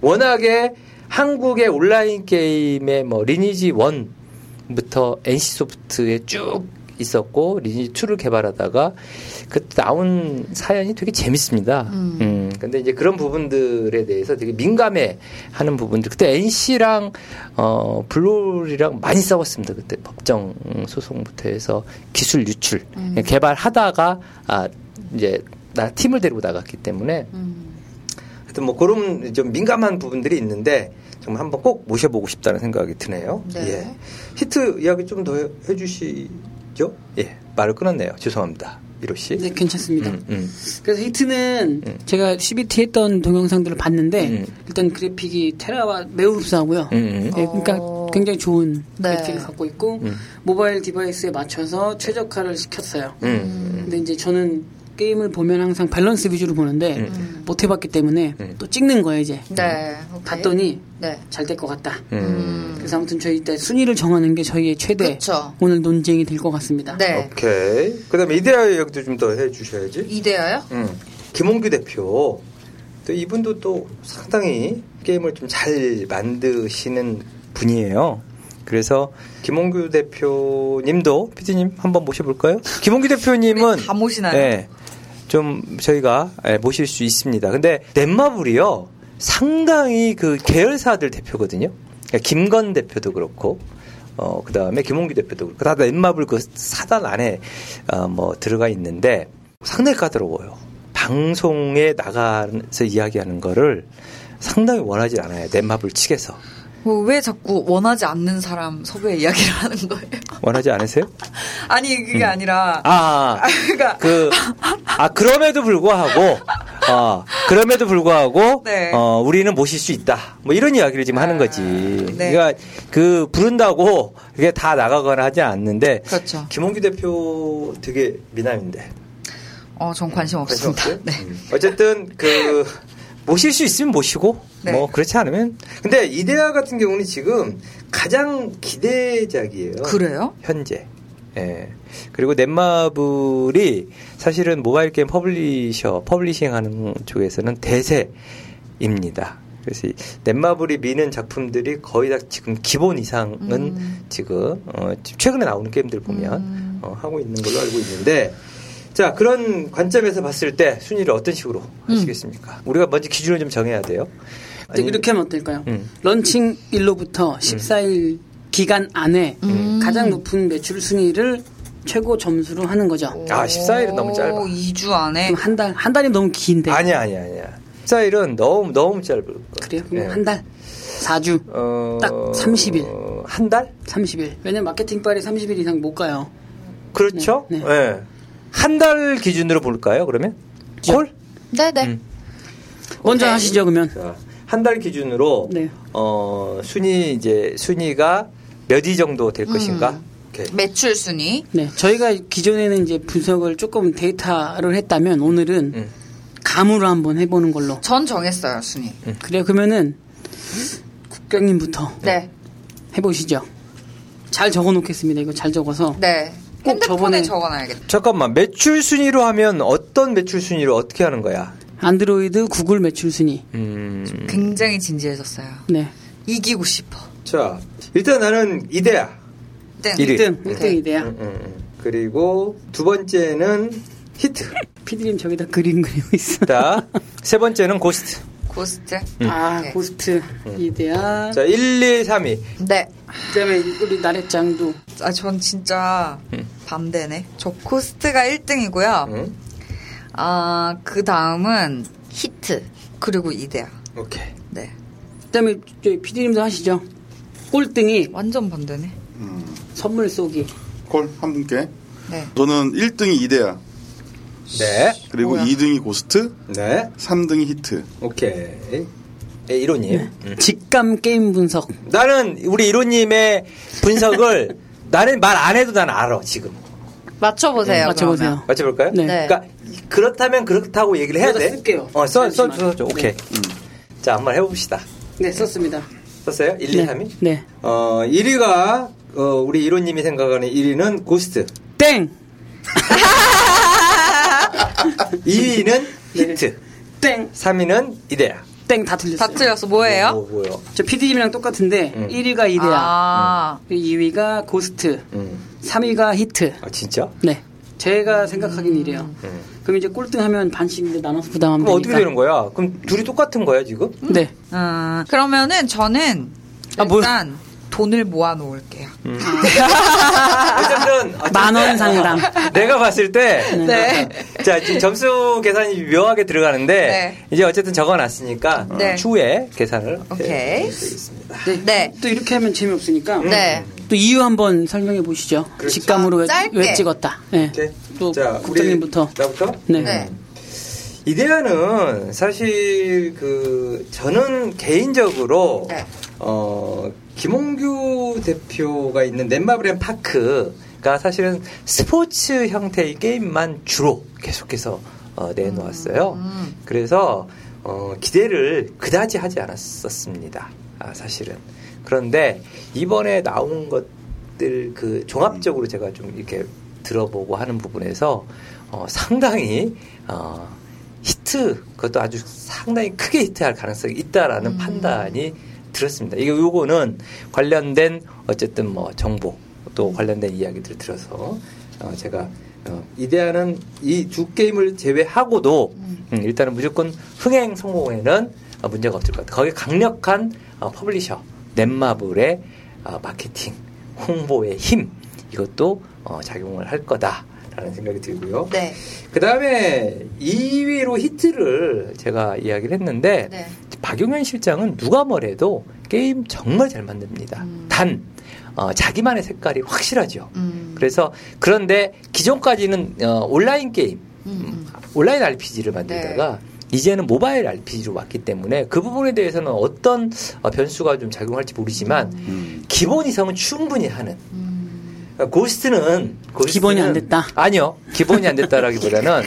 워낙에 한국의 온라인 게임의 뭐 리니지 1부터 NC 소프트에 쭉 있었고 리니지 2를 개발하다가 그때 나온 사연이 되게 재밌습니다. 음. 근데 이제 그런 부분들에 대해서 되게 민감해 하는 부분들. 그때 NC랑 어 블루랑 많이 싸웠습니다. 그때 법정 소송부터 해서 기술 유출 음. 개발하다가 아 이제 나 팀을 데리고 나갔기 때문에 음, 하여튼 뭐 그런 좀 민감한 부분들이 있는데 정말 한번 꼭 모셔보고 싶다는 생각이 드네요. 네. 예. 히트 이야기 좀 더 해주시죠. 예, 말을 끊었네요. 죄송합니다, 미로 씨. 네, 괜찮습니다. 음, 음. 그래서 히트는 음. 제가 CBT 했던 동영상들을 봤는데 음. 일단 그래픽이 테라와 매우 흡사하고요. 음, 음. 네, 그러니까 어. 굉장히 좋은 네. 그래픽을 갖고 있고 음. 모바일 디바이스에 맞춰서 최적화를 시켰어요. 음. 근데 이제 저는 게임을 보면 항상 밸런스 위주로 보는데 음. 못 해봤기 때문에 음. 또 찍는 거예요 이제. 네. 오케이. 봤더니 네. 잘 될 것 같다. 음. 그래서 아무튼 저희 일단 순위를 정하는 게 저희의 최대 그쵸. 오늘 논쟁이 될 것 같습니다. 네. 어. 오케이. 그다음에 이데아 얘기도 좀 더 해주셔야지. 이대야요? 음. 김홍규 대표. 또 이분도 또 상당히 게임을 좀 잘 만드시는 분이에요. 그래서 김홍규 대표님도 PD님 한번 모셔볼까요? 김홍규 대표님은 다 모시나요? 예, 좀 저희가 예, 모실 수 있습니다. 근데 넷마블이요 상당히 그 계열사들 대표거든요. 그러니까 김건 대표도 그렇고. 어, 그 다음에 김홍규 대표도 그렇고, 다 넷마블 그 사단 안에, 어, 뭐, 들어가 있는데, 상당히 까다로워요. 방송에 나가서 이야기하는 거를 상당히 원하지 않아요. 넷마블 측에서. 뭐왜 자꾸 원하지 않는 사람 섭외 이야기를 (laughs) 하는 거예요? 원하지 않으세요? 아니 그게 음. 아니라 아, 그러니까 그, 아, 그럼에도 불구하고, 어, 그럼에도 불구하고, 네. 어, 우리는 모실 수 있다. 뭐 이런 이야기를 지금 하는 거지. 네. 그러니까 그, 부른다고 그게 다 나가거나 하지 않는데. 그렇죠. 김홍규 대표 되게 미남인데. 어, 전 관심 관심 없습니다. 없어요? 네. 음. 어쨌든 그 모실 수 있으면 모시고 네. 뭐 그렇지 않으면 근데 이데아 같은 경우는 지금 가장 기대작이에요. 그래요? 현재. 예. 그리고 넷마블이 사실은 모바일 게임 퍼블리셔, 퍼블리싱 하는 쪽에서는 대세입니다. 그래서 이 넷마블이 미는 작품들이 거의 다 지금 기본 이상은 음. 지금, 어, 지금 최근에 나오는 게임들 보면 음. 어, 하고 있는 걸로 알고 있는데 자, 그런 관점에서 봤을 때 순위를 어떤 식으로 하시겠습니까? 우리가 먼저 기준을 좀 정해야 돼요. 음. 근데 아니- 이렇게 하면 어떨까요? 음. 런칭 일로부터 14일 기간 안에 음. 가장 높은 매출 순위를 최고 점수로 하는 거죠. 아, 14일은 너무 짧아. 음. 2주 안에 그럼 한 달, 한 달이 너무 긴데. 아니야, 아니야, 아니야. 스타일은 너무 너무 짧을 거예요. 그래요? 그럼 예. 한 달. 4주. 어, 딱 30 일. 어, 한 달? 30일. 왜냐면 마케팅빨이 30일 이상 못 가요. 그렇죠. 네, 네. 한 달 기준으로 볼까요, 그러면? 자. 콜? 네네 음. 먼저 오케이. 하시죠, 그러면. 한 달 기준으로, 네. 어, 순위, 이제, 순위가 몇 위 정도 음. 될 것인가? 이렇게. 매출 순위 네. 저희가 기존에는 이제 분석을 조금 데이터를 했다면 오늘은 음. 감으로 한번 해보는 걸로. 전 정했어요 (laughs) 순위. 그래요. 그러면은 국경님부터 네, 해보시죠. 잘 적어놓겠습니다. 이거 잘 적어서. 네. 꼭 핸드폰에 저번에- 적어놔야겠다. 잠깐만 매출 순위로 하면 어떤 매출 순위로 어떻게 하는 거야? 안드로이드 구글 매출 순위. 음, 굉장히 진지해졌어요. 네. 이기고 싶어. 자 일단 나는 이대야. 땡. 일위. 1등. 오케이. 1등 2대야. 음, 음. 그리고 두 번째는 히트. 피디님 저기다 그림 그리고 있어. (laughs) 자, 세 번째는 고스트. 고스트. 네. 아, 오케이. 고스트 2대야. 음. 자, 1, 2, 3, 2. 네. 그다음에 우리 나래짱도 아, 전 진짜 음. 밤대네. 저 코스트가 1등이고요. 음. 아, 그 다음은 히트. 그리고 이대야. 오케이. 네. 그다음에 저희 피디님도 하시죠. 꼴등이 완전 반대네. 선물 쏘기. 콜 한 분께. 네. 저는 1등이 이대야. 네. 그리고 뭐야? 2등이 고스트, 네. 3등이 히트. 오케이. 예, 이로님. 네. 음. 직감 게임 분석. 나는 우리 이로님의 (laughs) 분석을 나는 말 안 해도 난 알아, 지금. 네, 맞춰보세요. 맞춰보세요. 맞춰볼까요? 네. 네. 그러니까 그렇다면 그렇다고 얘기를 해야 내가 돼. 쓸게요. 어, 써, 써, 써, 잠시만요. 써. 오케이. 자, 한번 해봅시다. 네, 썼습니다. 썼어요? 1, 2, 네. 3, 2? 네. 어, 1위가, 어, 우리 이로님이 생각하는 1위는 고스트. 땡. (laughs) 2위는 예. 히트. 땡. 3위는 이데아. 땡 다 다 틀렸어요. 틀렸어. 뭐예요? 뭐, 뭐, 뭐요? 저 PD님이랑 똑같은데 음. 1위가 이대야. 아, 2위가 고스트. 음. 3위가 히트. 아, 진짜? 네. 제가 생각하기엔 이래요. 음. 그럼 이제 꼴등하면 반씩 이제 나눠서 부담하면 그럼 그러니까. 어떻게 되는 거야? 그럼 둘이 똑같은 거야, 지금? 네. 음, 그러면은 저는 아, 뭘- 음. 일단 돈을 모아놓을게요. 아. (laughs) 어쨌든, 어쨌든 만 원 상당. 내가 봤을 때, 네. 자, 지금 점수 계산이 묘하게 들어가는데, 네. 이제 어쨌든 적어놨으니까, 네. 추후에 계산을. 오케이. 되겠습니다. 네. 또 이렇게 하면 재미없으니까. 네. 또 이유 한번 설명해 보시죠. 그렇죠. 직감으로 왜, 짧게. 왜 찍었다. 네. 오케이. 또 우리 국장님부터. 나부터? 네. 네. 이데아는 사실 그 저는 개인적으로 네. 어 김홍규 대표가 있는 넷마블앤 파크가 사실은 스포츠 형태의 게임만 주로 계속해서 어, 내놓았어요. 음. 그래서 어, 기대를 그다지 하지 않았었습니다. 아, 사실은 그런데 이번에 나온 것들 그 종합적으로 제가 좀 이렇게 들어보고 하는 부분에서 어, 상당히 어, 히트 그것도 아주 상당히 크게 히트할 가능성이 있다라는 판단이 들었습니다. 이거 요거는 관련된 어쨌든 뭐 정보 또 관련된 이야기들을 들어서 어, 제가 어, 이대하는 이 두 게임을 제외하고도 음, 일단은 무조건 흥행 성공에는 어, 문제가 없을 것 같아요. 거기 강력한 어, 퍼블리셔 넷마블의 어, 마케팅 홍보의 힘 이것도 어, 작용을 할 거다라는 생각이 들고요. 네. 그 다음에 2위로 히트를 제가 이야기를 했는데 네. 박용현 실장은 누가 뭐래도 게임 정말 잘 만듭니다. 음. 단 어, 자기만의 색깔이 확실하죠. 음. 그래서 그런데 기존까지는 어, 온라인 게임, 음, 온라인 RPG를 만들다가 이제는 모바일 RPG로 왔기 때문에 그 부분에 대해서는 어떤 어, 변수가 좀 작용할지 모르지만 음. 기본 이상은 충분히 하는 그러니까 음. 고스트는, 고스트는- 기본이 안 됐다. 아니요, 기본이 안 됐다라기보다는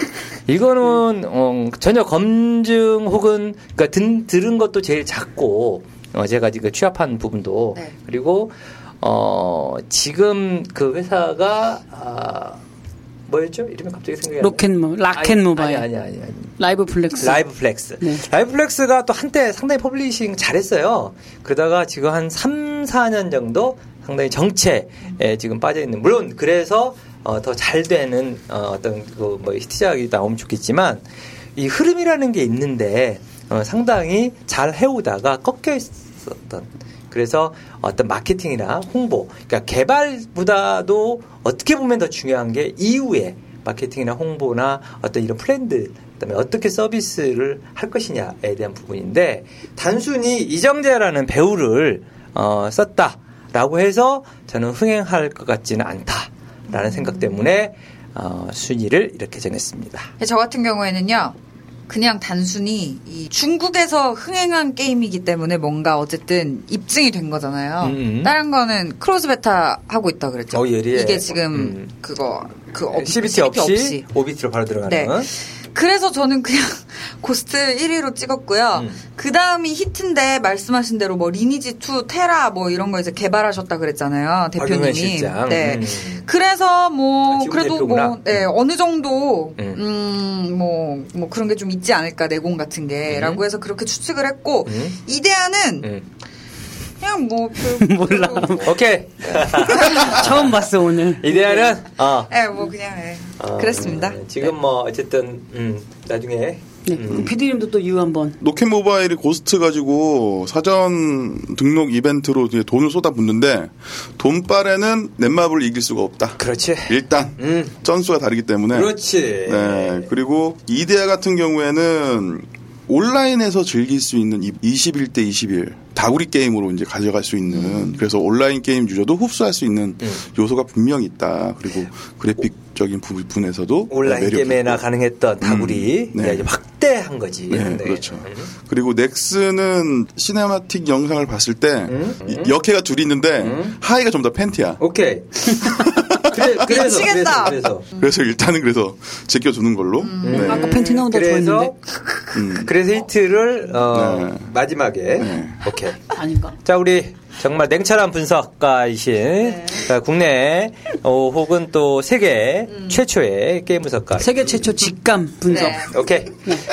이거는 어, 전혀 검증 혹은 그러니까 든, 들은 것도 제일 작고 어, 제가 지금 취합한 부분도 네. 그리고 어, 지금 그 회사가 아, 뭐였죠? 이름이 갑자기 생각이 안 나. 로켓 모, 라켓 아니, 모바일. 아니 아니 아니. 아니. 라이브 플렉스. 라이브 플렉스. 네. 라이브 플렉스가 또 한때 상당히 퍼블리싱 잘했어요. 그러다가 지금 한 3, 4년 정도 상당히 정체에 지금 빠져있는, 물론 그래서 어, 더 잘 되는 어, 떤 그 뭐 히트작이 나오면 좋겠지만 이 흐름이라는 게 있는데 어, 상당히 잘 해오다가 꺾여 있었던 그래서 어떤 마케팅이나 홍보, 그러니까 개발보다도 어떻게 보면 더 중요한 게 이후에 마케팅이나 홍보나 어떤 이런 트렌드, 그다음에 어떻게 서비스를 할 것이냐에 대한 부분인데 단순히 이정재라는 배우를 어, 썼다라고 해서 저는 흥행할 것 같지는 않다라는 생각 때문에 어, 순위를 이렇게 정했습니다. 저 같은 경우에는요. 그냥 단순히 이 중국에서 흥행한 게임이기 때문에 뭔가 어쨌든 입증이 된 거잖아요. 음. 다른 거는 크로스 베타 하고 있다 그랬죠. 어, 예리해. 이게 지금 음. 그거 그 업- CBT 없이, 없이. OBT로 바로 들어가는 네. 그래서 저는 그냥 (laughs) 고스트 1위로 찍었고요. 그 다음이 히트인데 말씀하신 대로 뭐 리니지 2 테라 뭐 이런 거 이제 개발하셨다 그랬잖아요 박용현 대표님이. 실장. 네. 음. 그래서 아, 뭐 지금 그래도 대표구나. 뭐 네, 어느 정도 음. 음뭐뭐 그런 게 좀 있지 않을까 내공 같은 네. 게라고 해서 그렇게 추측을 했고 음. 이대하는 음. 그냥 (laughs) 뭐 별- 몰라. 별로- 오케이. 처음 봤어 오늘. 이대하는 어. 예, 뭐 그냥 예. 그랬습니다. 네. 음, 지금 뭐 어쨌든 음, 나중에 네. 피디님도 또 이유 한번. 노켓 모바일이 고스트 가지고 사전 등록 이벤트로 이제 돈을 쏟아붓는데 돈빨에는 넷마블을 이길 수가 없다. 그렇지. 일단 음. 점수가 다르기 때문에 그렇지. 네. 그리고 이데아 같은 경우에는 온라인에서 즐길 수 있는 21대 21 다구리 게임으로 이제 가져갈 수 있는 음. 그래서 온라인 게임 유저도 흡수할 수 있는 요소가 분명히 있다. 그리고 그래픽적인 부분에서도 네, 온라인 매력이 게임에나 가능했던 다구리 음, 네. 네, 이제 확대한 거지. 네, 그렇죠. 음. 그리고 넥스는 시네마틱 영상을 봤을 때 음. 이- 역해가 둘이 있는데 하이가 좀 더 팬티야. 오케이. (laughs) 그래, 그래서, 미치겠다. 그래서, 그래서 일단은 그래서 제껴주는 걸로. 네. 음. 아까 팬티 나온다 그래서, 좋았는데. 그래서, 그래서 히트를 어, 네. 마지막에 네. 오케이. 아닌가? 자 우리 정말 냉철한 분석가이신 네. 자, 국내 어, 혹은 또 세계 음. 최초의 게임 분석가. 세계 최초 직감 분석. 네. 오케이.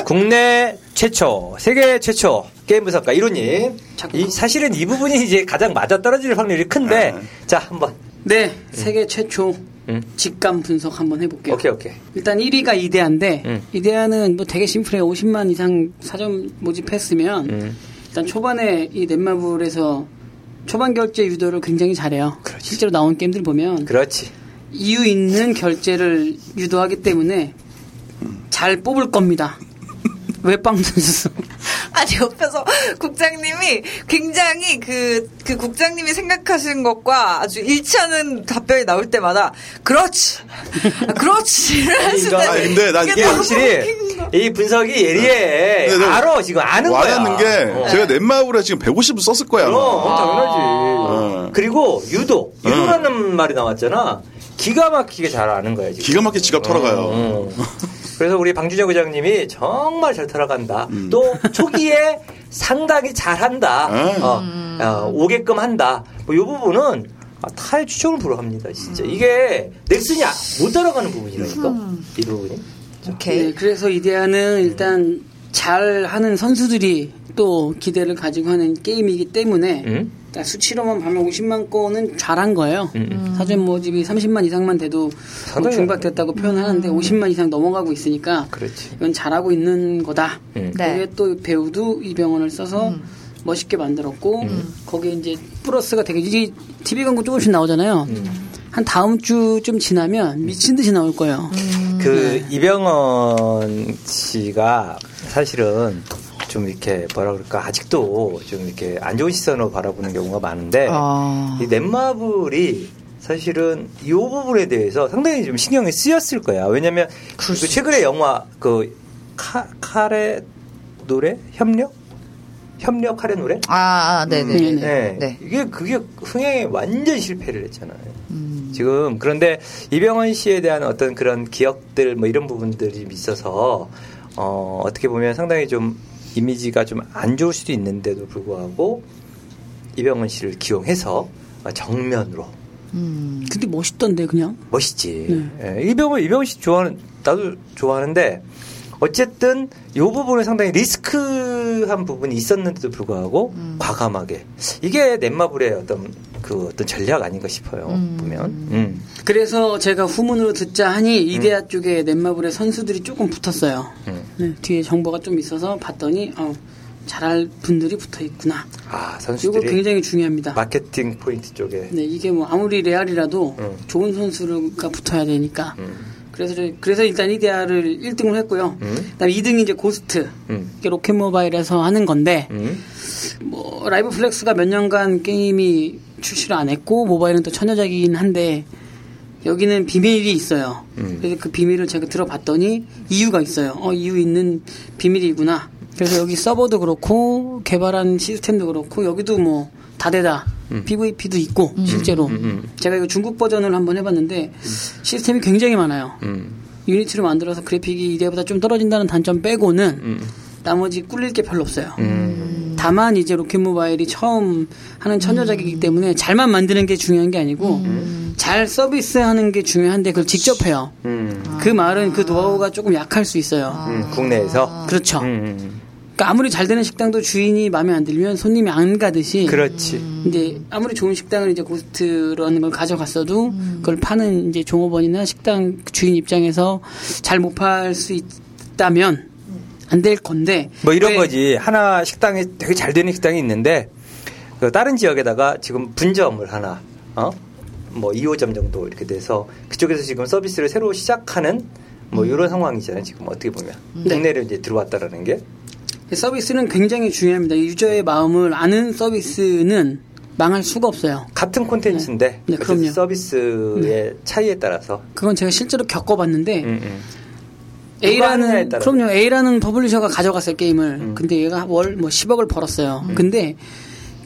국내 최초, 세계 최초 게임 분석가 이론님. 이, 사실은 이 부분이 이제 가장 맞아 떨어질 확률이 큰데 아. 자 한번 네, 세계 최초 음. 직감 분석 한번 해볼게요. 오케이 오케이. 일단 1위가 이데아인데 음. 이데아는 뭐 되게 심플해요. 50만 이상 사전 모집했으면 음. 일단 초반에 이 넷마블에서 초반 결제 유도를 굉장히 잘해요. 실제로 나온 게임들 보면 그렇지. 이유 있는 결제를 유도하기 때문에 잘 (laughs) 뽑을 겁니다. 왜빵 터졌어? (laughs) 아니 옆에서 국장님이 굉장히 그, 그 국장님이 생각하신 것과 아주 일치하는 답변이 나올 때마다 그렇지 (laughs) 아, 그렇지 이거- 아, 근데 난 이게 이게 확실히 이 분석이 예리해. 네, 네. 알아 지금 아는 거야. 와닿는 게 어. 제가 넷마블에 지금 150을 썼을 거야. 아마. 그럼 당연하지. 네. 그리고 유도 어. 유도라는 말이 나왔잖아. 기가 막히게 잘 아는 거야 지금. 기가 막히게 지갑 털어가요. 어. 그래서 우리 방준혁 의장님이 정말 잘 털어간다. 또 초기에 상당히 잘한다. 음. 어, 어, 오게끔 한다. 뭐이 부분은 아, 타의 추종을 불허합니다. 진짜 이게 넥슨이 아- 못 따라가는 부분이라니까 이 부분이. 네, 오케이 그래서 이데아는 일단 잘 하는 선수들이 또 기대를 가지고 하는 게임이기 때문에 음? 일단 수치로만 보면 50만 건은 잘한 거예요. 음. 음. 사전 뭐 모집이 30만 이상만 돼도 뭐 잘해요. 중박됐다고 표현하는데 음. 50만 이상 넘어가고 있으니까 그렇지. 이건 잘하고 있는 거다. 음. 네. 음. 거기에 또 배우도 이병헌을 써서 멋있게 만들었고 음. 거기에 이제 플러스가 되게 이 TV 광고 조금씩 나오잖아요. 음. 한 다음 주쯤 지나면 미친 듯이 나올 거예요. 음. 그 이병헌 씨가 사실은 좀 이렇게 뭐라 그럴까 아직도 좀 이렇게 안 좋은 시선으로 바라보는 경우가 많은데 아. 이 넷마블이 사실은 이 부분에 대해서 상당히 좀 신경이 쓰였을 거야. 왜냐면 그 최근에 영화 그 카, 카레 노래 협력 협력 카레 노래 아, 아 네네네 네. 네. 이게 그게 흥행에 완전 실패를 했잖아요. 지금 그런데 이병헌 씨에 대한 어떤 그런 기억들 뭐 이런 부분들이 있어서 어, 어떻게 보면 상당히 좀 이미지가 좀 안 좋을 수도 있는데도 불구하고 이병헌 씨를 기용해서 정면으로 음. 근데 멋있던데 그냥. 멋있지. 네. 예, 이병헌 이병헌 씨 좋아하는 나도 좋아하는데 어쨌든 요 부분에 상당히 리스크한 부분이 있었는데도 불구하고 음. 과감하게 이게 넷마블의 어떤 그 어떤 전략 아닌가 싶어요 보면. 음. 그래서 제가 후문으로 듣자 하니 이데아 쪽에 넷마블의 선수들이 조금 붙었어요. 음. 네, 뒤에 정보가 좀 있어서 봤더니 어, 잘할 분들이 붙어 있구나. 아 이거 선수들이 굉장히 중요합니다. 마케팅 포인트 쪽에 네, 이게 뭐 아무리 레알이라도 음. 좋은 선수가 붙어야 되니까. 음. 그래서 저희- 그래서 일단 이데아를 1등을 했고요. 음. 그다음 2등이 이제 고스트. 음. 이게 로켓 모바일에서 하는 건데 음. 뭐 라이브 플렉스가 몇 년간 게임이 출시를 안 했고 모바일은 또 천여작이긴 한데 여기는 비밀이 있어요. 그래서 그 비밀을 제가 들어봤더니 이유가 있어요. 어 이유 있는 비밀이구나. 그래서 여기 서버도 그렇고 개발한 시스템도 그렇고 여기도 뭐 다대다 PVP도 있고 실제로 제가 이거 중국 버전을 한번 해봤는데 시스템이 굉장히 많아요. 음. 유니티로 만들어서 그래픽이 이대보다 좀 떨어진다는 단점 빼고는 음. 나머지 꿀릴 게 별로 없어요. 다만 이제 로켓 모바일이 처음 하는 천여작이기 때문에 잘만 만드는 게 중요한 게 아니고 잘 서비스하는 게 중요한데 그걸 직접 해요. 음, 그 말은 그 노하우가 조금 약할 수 있어요. 음, 국내에서. 아. 그렇죠. 음, 그러니까 아무리 잘 되는 식당도 주인이 마음에 안 들면 손님이 안 가듯이 그렇죠. 그렇지. 이제 아무리 좋은 식당을 이제 고스트라는 걸 가져갔어도 그걸 파는 이제 종업원이나 식당 주인 입장에서 잘 못 팔 수 있다면 안 될 건데 뭐 이런 왜- 거지. 하나 식당이 되게 잘 되는 식당이 있는데 그 다른 지역에다가 지금 분점을 하나 어? 뭐 2호점 정도 이렇게 돼서 그쪽에서 지금 서비스를 새로 시작하는 뭐 이런 상황이잖아요. 지금 어떻게 보면 음. 네. 국내로 이제 들어왔다라는 게 서비스는 굉장히 중요합니다. 유저의 마음을 아는 서비스는 망할 수가 없어요. 같은 콘텐츠인데 네, 그래서 그럼요. 네. 서비스의 차이에 따라서 그건 제가 실제로 겪어봤는데 음, 음. 누가 하느냐에 음. A라는 따라. 그럼요 A라는 퍼블리셔가 가져갔어요 게임을 근데 얘가 월 뭐 10억을 벌었어요 음. 근데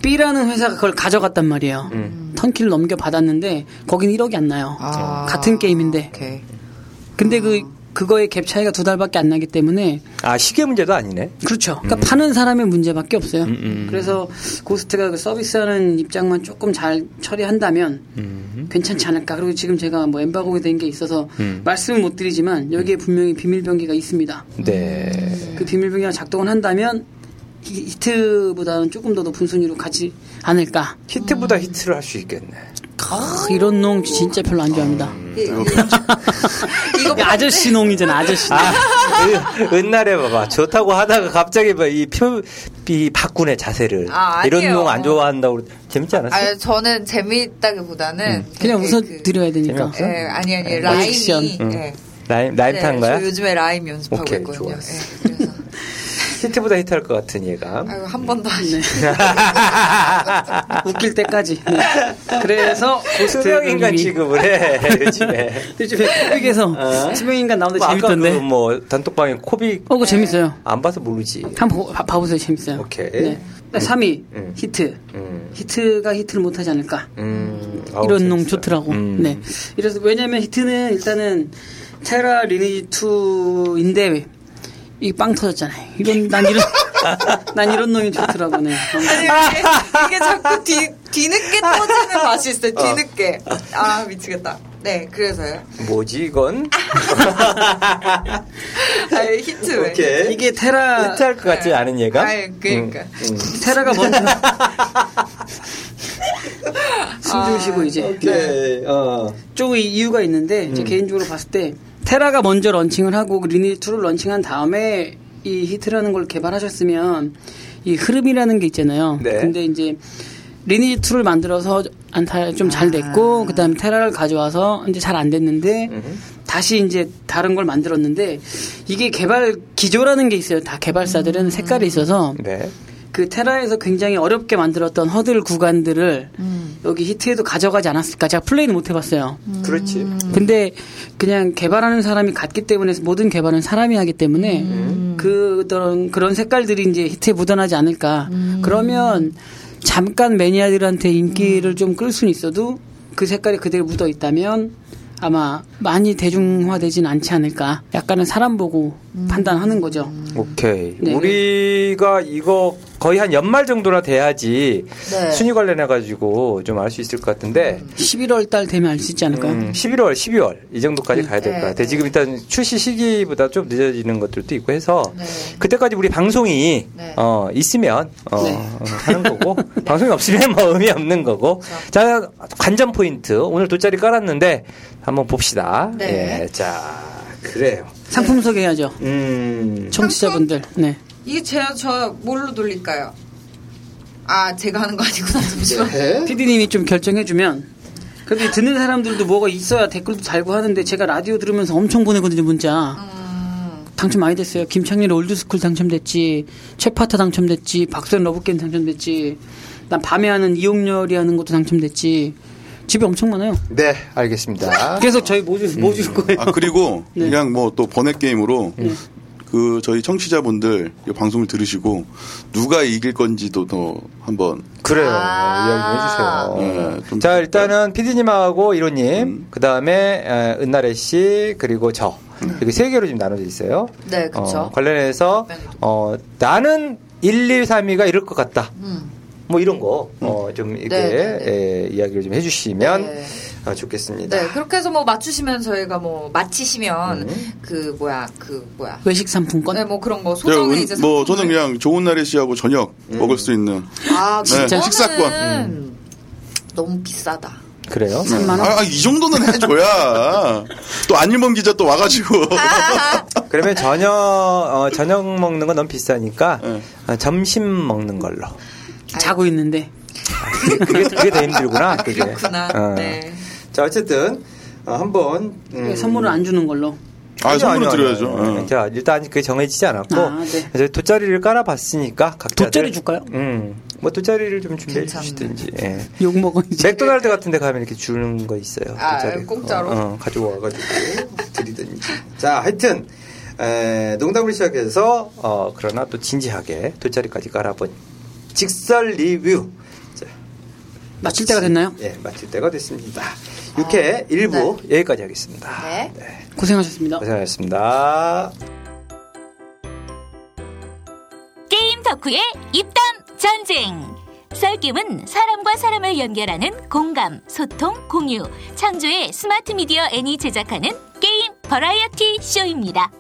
B라는 회사가 그걸 가져갔단 말이에요 음. 턴키를 넘겨 받았는데 거긴 1억이 안 나요 아, 같은 게임인데 오케이. 근데 그 그거의 갭 차이가 두 달밖에 안 나기 때문에 아 시계 문제도 아니네. 그렇죠. 음. 그러니까 파는 사람의 문제밖에 없어요. 그래서 고스트가 그 서비스하는 입장만 조금 잘 처리한다면 음. 괜찮지 않을까. 그리고 지금 제가 뭐 엠바고에 된 게 있어서 말씀은 못 드리지만 여기에 분명히 비밀병기가 있습니다. 네. 그 비밀병기가 작동을 한다면 히- 히트보다는 조금 더 높은 순위로 가지 않을까. 히트보다 히트를 할 수 있겠네. 크, 이런 농 진짜 별로 안 좋아합니다. 예, (laughs) 이거 아저씨 농이잖아, 아저씨. 농. 아, 그 은- 은날에 봐봐. 좋다고 하다가 갑자기 막 이 표, 이 바꾸네, 자세를. 아, 아니에요. 이런 농 안 좋아한다고. 그러- 재밌지 않았어? 아, 저는 음. 재미있다기보다는 그냥 되게 웃어 그- 드려야 되니까. 재미없어? 예, 아니 아니 라임이 액션. 응. 예. 음. 라임, 라임 탄 네, 거야? 저 요즘에 라임 연습하고 오케이, 있거든요. 좋아. 예, 그래서 히트보다 히트할 것 같은 얘가. 아이고 한 번도 안 네. 아. 웃길 때까지. 네. 그래서 투명인간 고스트 취급을 해, (laughs) (laughs) 요즘에. 요즘에 코빅에서 투명인간 나오는데 뭐 아까 재밌던데. 그 뭐, 단톡방에 코빅 어, 그거 재밌어요. 안 봐서 모르지. 한번 봐- 봐보세요. 재밌어요. 오케이. 3위, 음. 히트. 음. 히트가 히트를 못하지 않을까. 음, 아우, 이런 재밌어요. 놈 좋더라고. 음. 네. 이래서 왜냐면 히트는 일단은 테라 리니지 2인데 이 빵 터졌잖아요. 이건 난 이런 (laughs) 난 이런 놈이 좋더라고. 네. (laughs) 이게, 이게 자꾸 뒤, 뒤늦게 터지는 맛이 있어요. 뒤늦게. 아 미치겠다. 네, 그래서요. 뭐지, 이건? 아, 히트 왜? 오케이. 이게 테라 히트할 것 같지 않은 음, 얘가? 아, 그러니까. 테라가 (laughs) 먼저 숨좀 쉬고 음. 이제 아, 네. 오케이. 어. 쪽의 이유가 있는데 음. 제 개인적으로 봤을 때 테라가 먼저 런칭을 하고 그 리니 2를 런칭한 다음에 이 히트라는 걸 개발하셨으면 이 흐름이라는 게 있잖아요. 네. 근데 이제 리니지 2를 만들어서 안타 좀 잘 됐고 아. 그다음에 테라를 가져와서 이제 잘 안 됐는데 다시 이제 다른 걸 만들었는데 이게 개발 기조라는 게 있어요. 다 개발사들은 색깔이 있어서 음. 네. 그 테라에서 굉장히 어렵게 만들었던 허들 구간들을 음. 여기 히트에도 가져가지 않았을까. 제가 플레이는 못 해봤어요. 그렇지. 근데 그냥 개발하는 사람이 같기 때문에 모든 개발은 사람이 하기 때문에 그 그런 그런 색깔들이 이제 히트에 묻어나지 않을까. 그러면 잠깐 매니아들한테 인기를 좀 끌 수는 있어도 그 색깔이 그대로 묻어 있다면 아마 많이 대중화되진 않지 않을까. 약간은 사람 보고 판단하는 거죠. 오케이. 네. 우리가 이거 거의 한 연말 정도나 돼야지 네. 순위 관련해 가지고 좀 알 수 있을 것 같은데 11월 달 되면 알 수 있지 않을까요? 음, 11월, 12월 이 정도까지 가야 될 것 네, 같아요. 네. 지금 일단 출시 시기보다 좀 늦어지는 것들도 있고 해서 네. 그때까지 우리 방송이 네. 어, 있으면 어, 네. 어, 하는 (laughs) 거고 방송이 없으면 뭐 의미 없는 거고 그렇죠. 자 관전 포인트 오늘 돗자리 깔았는데 한번 봅시다. 네. 예, 자 그래요. 상품 소개해야죠. 음. 청취자분들. 네. 이게 제가 저 뭘로 돌릴까요? 아, 제가 하는 거 아니구나. (laughs) 잠시만. 네. PD님이 좀 결정해주면. 근데 듣는 사람들도 뭐가 있어야 댓글도 달고 하는데 제가 라디오 들으면서 엄청 보내거든요, 문자. 당첨 많이 됐어요. 김창렬 올드스쿨 당첨됐지, 최파타 당첨됐지, 박선 러브게임 당첨됐지, 난 밤에 하는 이용렬이 하는 것도 당첨됐지. 집에 엄청 많아요. 네, (laughs) 알겠습니다. 음. 아, 그 (laughs) 계속 저희 모주, 모줄 거예요. 네. 음. 아 그리고 그냥 뭐 또 번외 게임으로 그 저희 청취자분들 이 방송을 들으시고 누가 이길 건지도 더 한번 그래요. 아. 이야기 좀 해주세요. 음. 네, 좀 자, 일단은 피디님하고 이로님, 음. 그 다음에 은나래 씨, 그리고 저. 이렇게 세 개로 지금 나눠져 있어요. 네, 그쵸. 네, 어, 관련해서, 어, 나는 1, 2, 3위가 이럴 것 같다. 음. 뭐 이런 거, 어, 좀 이렇게 네, 네, 예, 이야기를 좀 해주시면 네. 아, 좋겠습니다. 네, 그렇게 해서 뭐 맞추시면 저희가 뭐 마치시면 음. 그 뭐야 그 뭐야. 외식 상품권. 네, 뭐 그런 거 제가 소정의 은- 이제 뭐 상품을- 저는 그냥 좋은 날에 씨하고 저녁 음. 먹을 수 있는 아, 진짜 그거는 식사권. 너무 비싸다. 그래요. 네. 아, 아, 이 정도는 해줘야 또 안일범 기자 또 (laughs) 와가지고 아, 그러면 저녁, 어, 저녁 먹는 건 너무 비싸니까 네. 아, 점심 먹는 걸로. 자고 있는데. 그게, 그게 더 힘들구나. 그게. 아, 그렇구나. 어. 네. 자, 어쨌든, 어, 한번. 음, 네, 선물을 안 주는 걸로. 아 아니요, 선물을 아니요, 드려야죠. 아니요. 예. 자, 일단 그게 정해지지 않았고 아, 네. 그래서 돗자리를 깔아봤으니까 각자 돗자리 줄까요? 음, 뭐 돗자리를 좀 준비해 괜찮네. 주시든지. 예. 욕 먹어 이제. 맥도날드 같은데 가면 이렇게 주는 거 있어요. 아, 돗자리. 공짜로? 어, 어, 가져와가지고 드리든지. 자, 하여튼 에, 농담을 시작해서 어, 그러나 또 진지하게 돗자리까지 깔아본 직설 리뷰. 자, 마칠 때가 됐나요? 예, 마칠 때가 됐습니다. 6회 일 1부 아, 여기까지 하겠습니다. 네. 고생하셨습니다. 고생하셨습니다. 게임 덕후의 입담 전쟁. 썰김은 사람과 사람을 연결하는 공감, 소통, 공유, 창조의 스마트 미디어 N이 제작하는 게임 버라이어티 쇼입니다.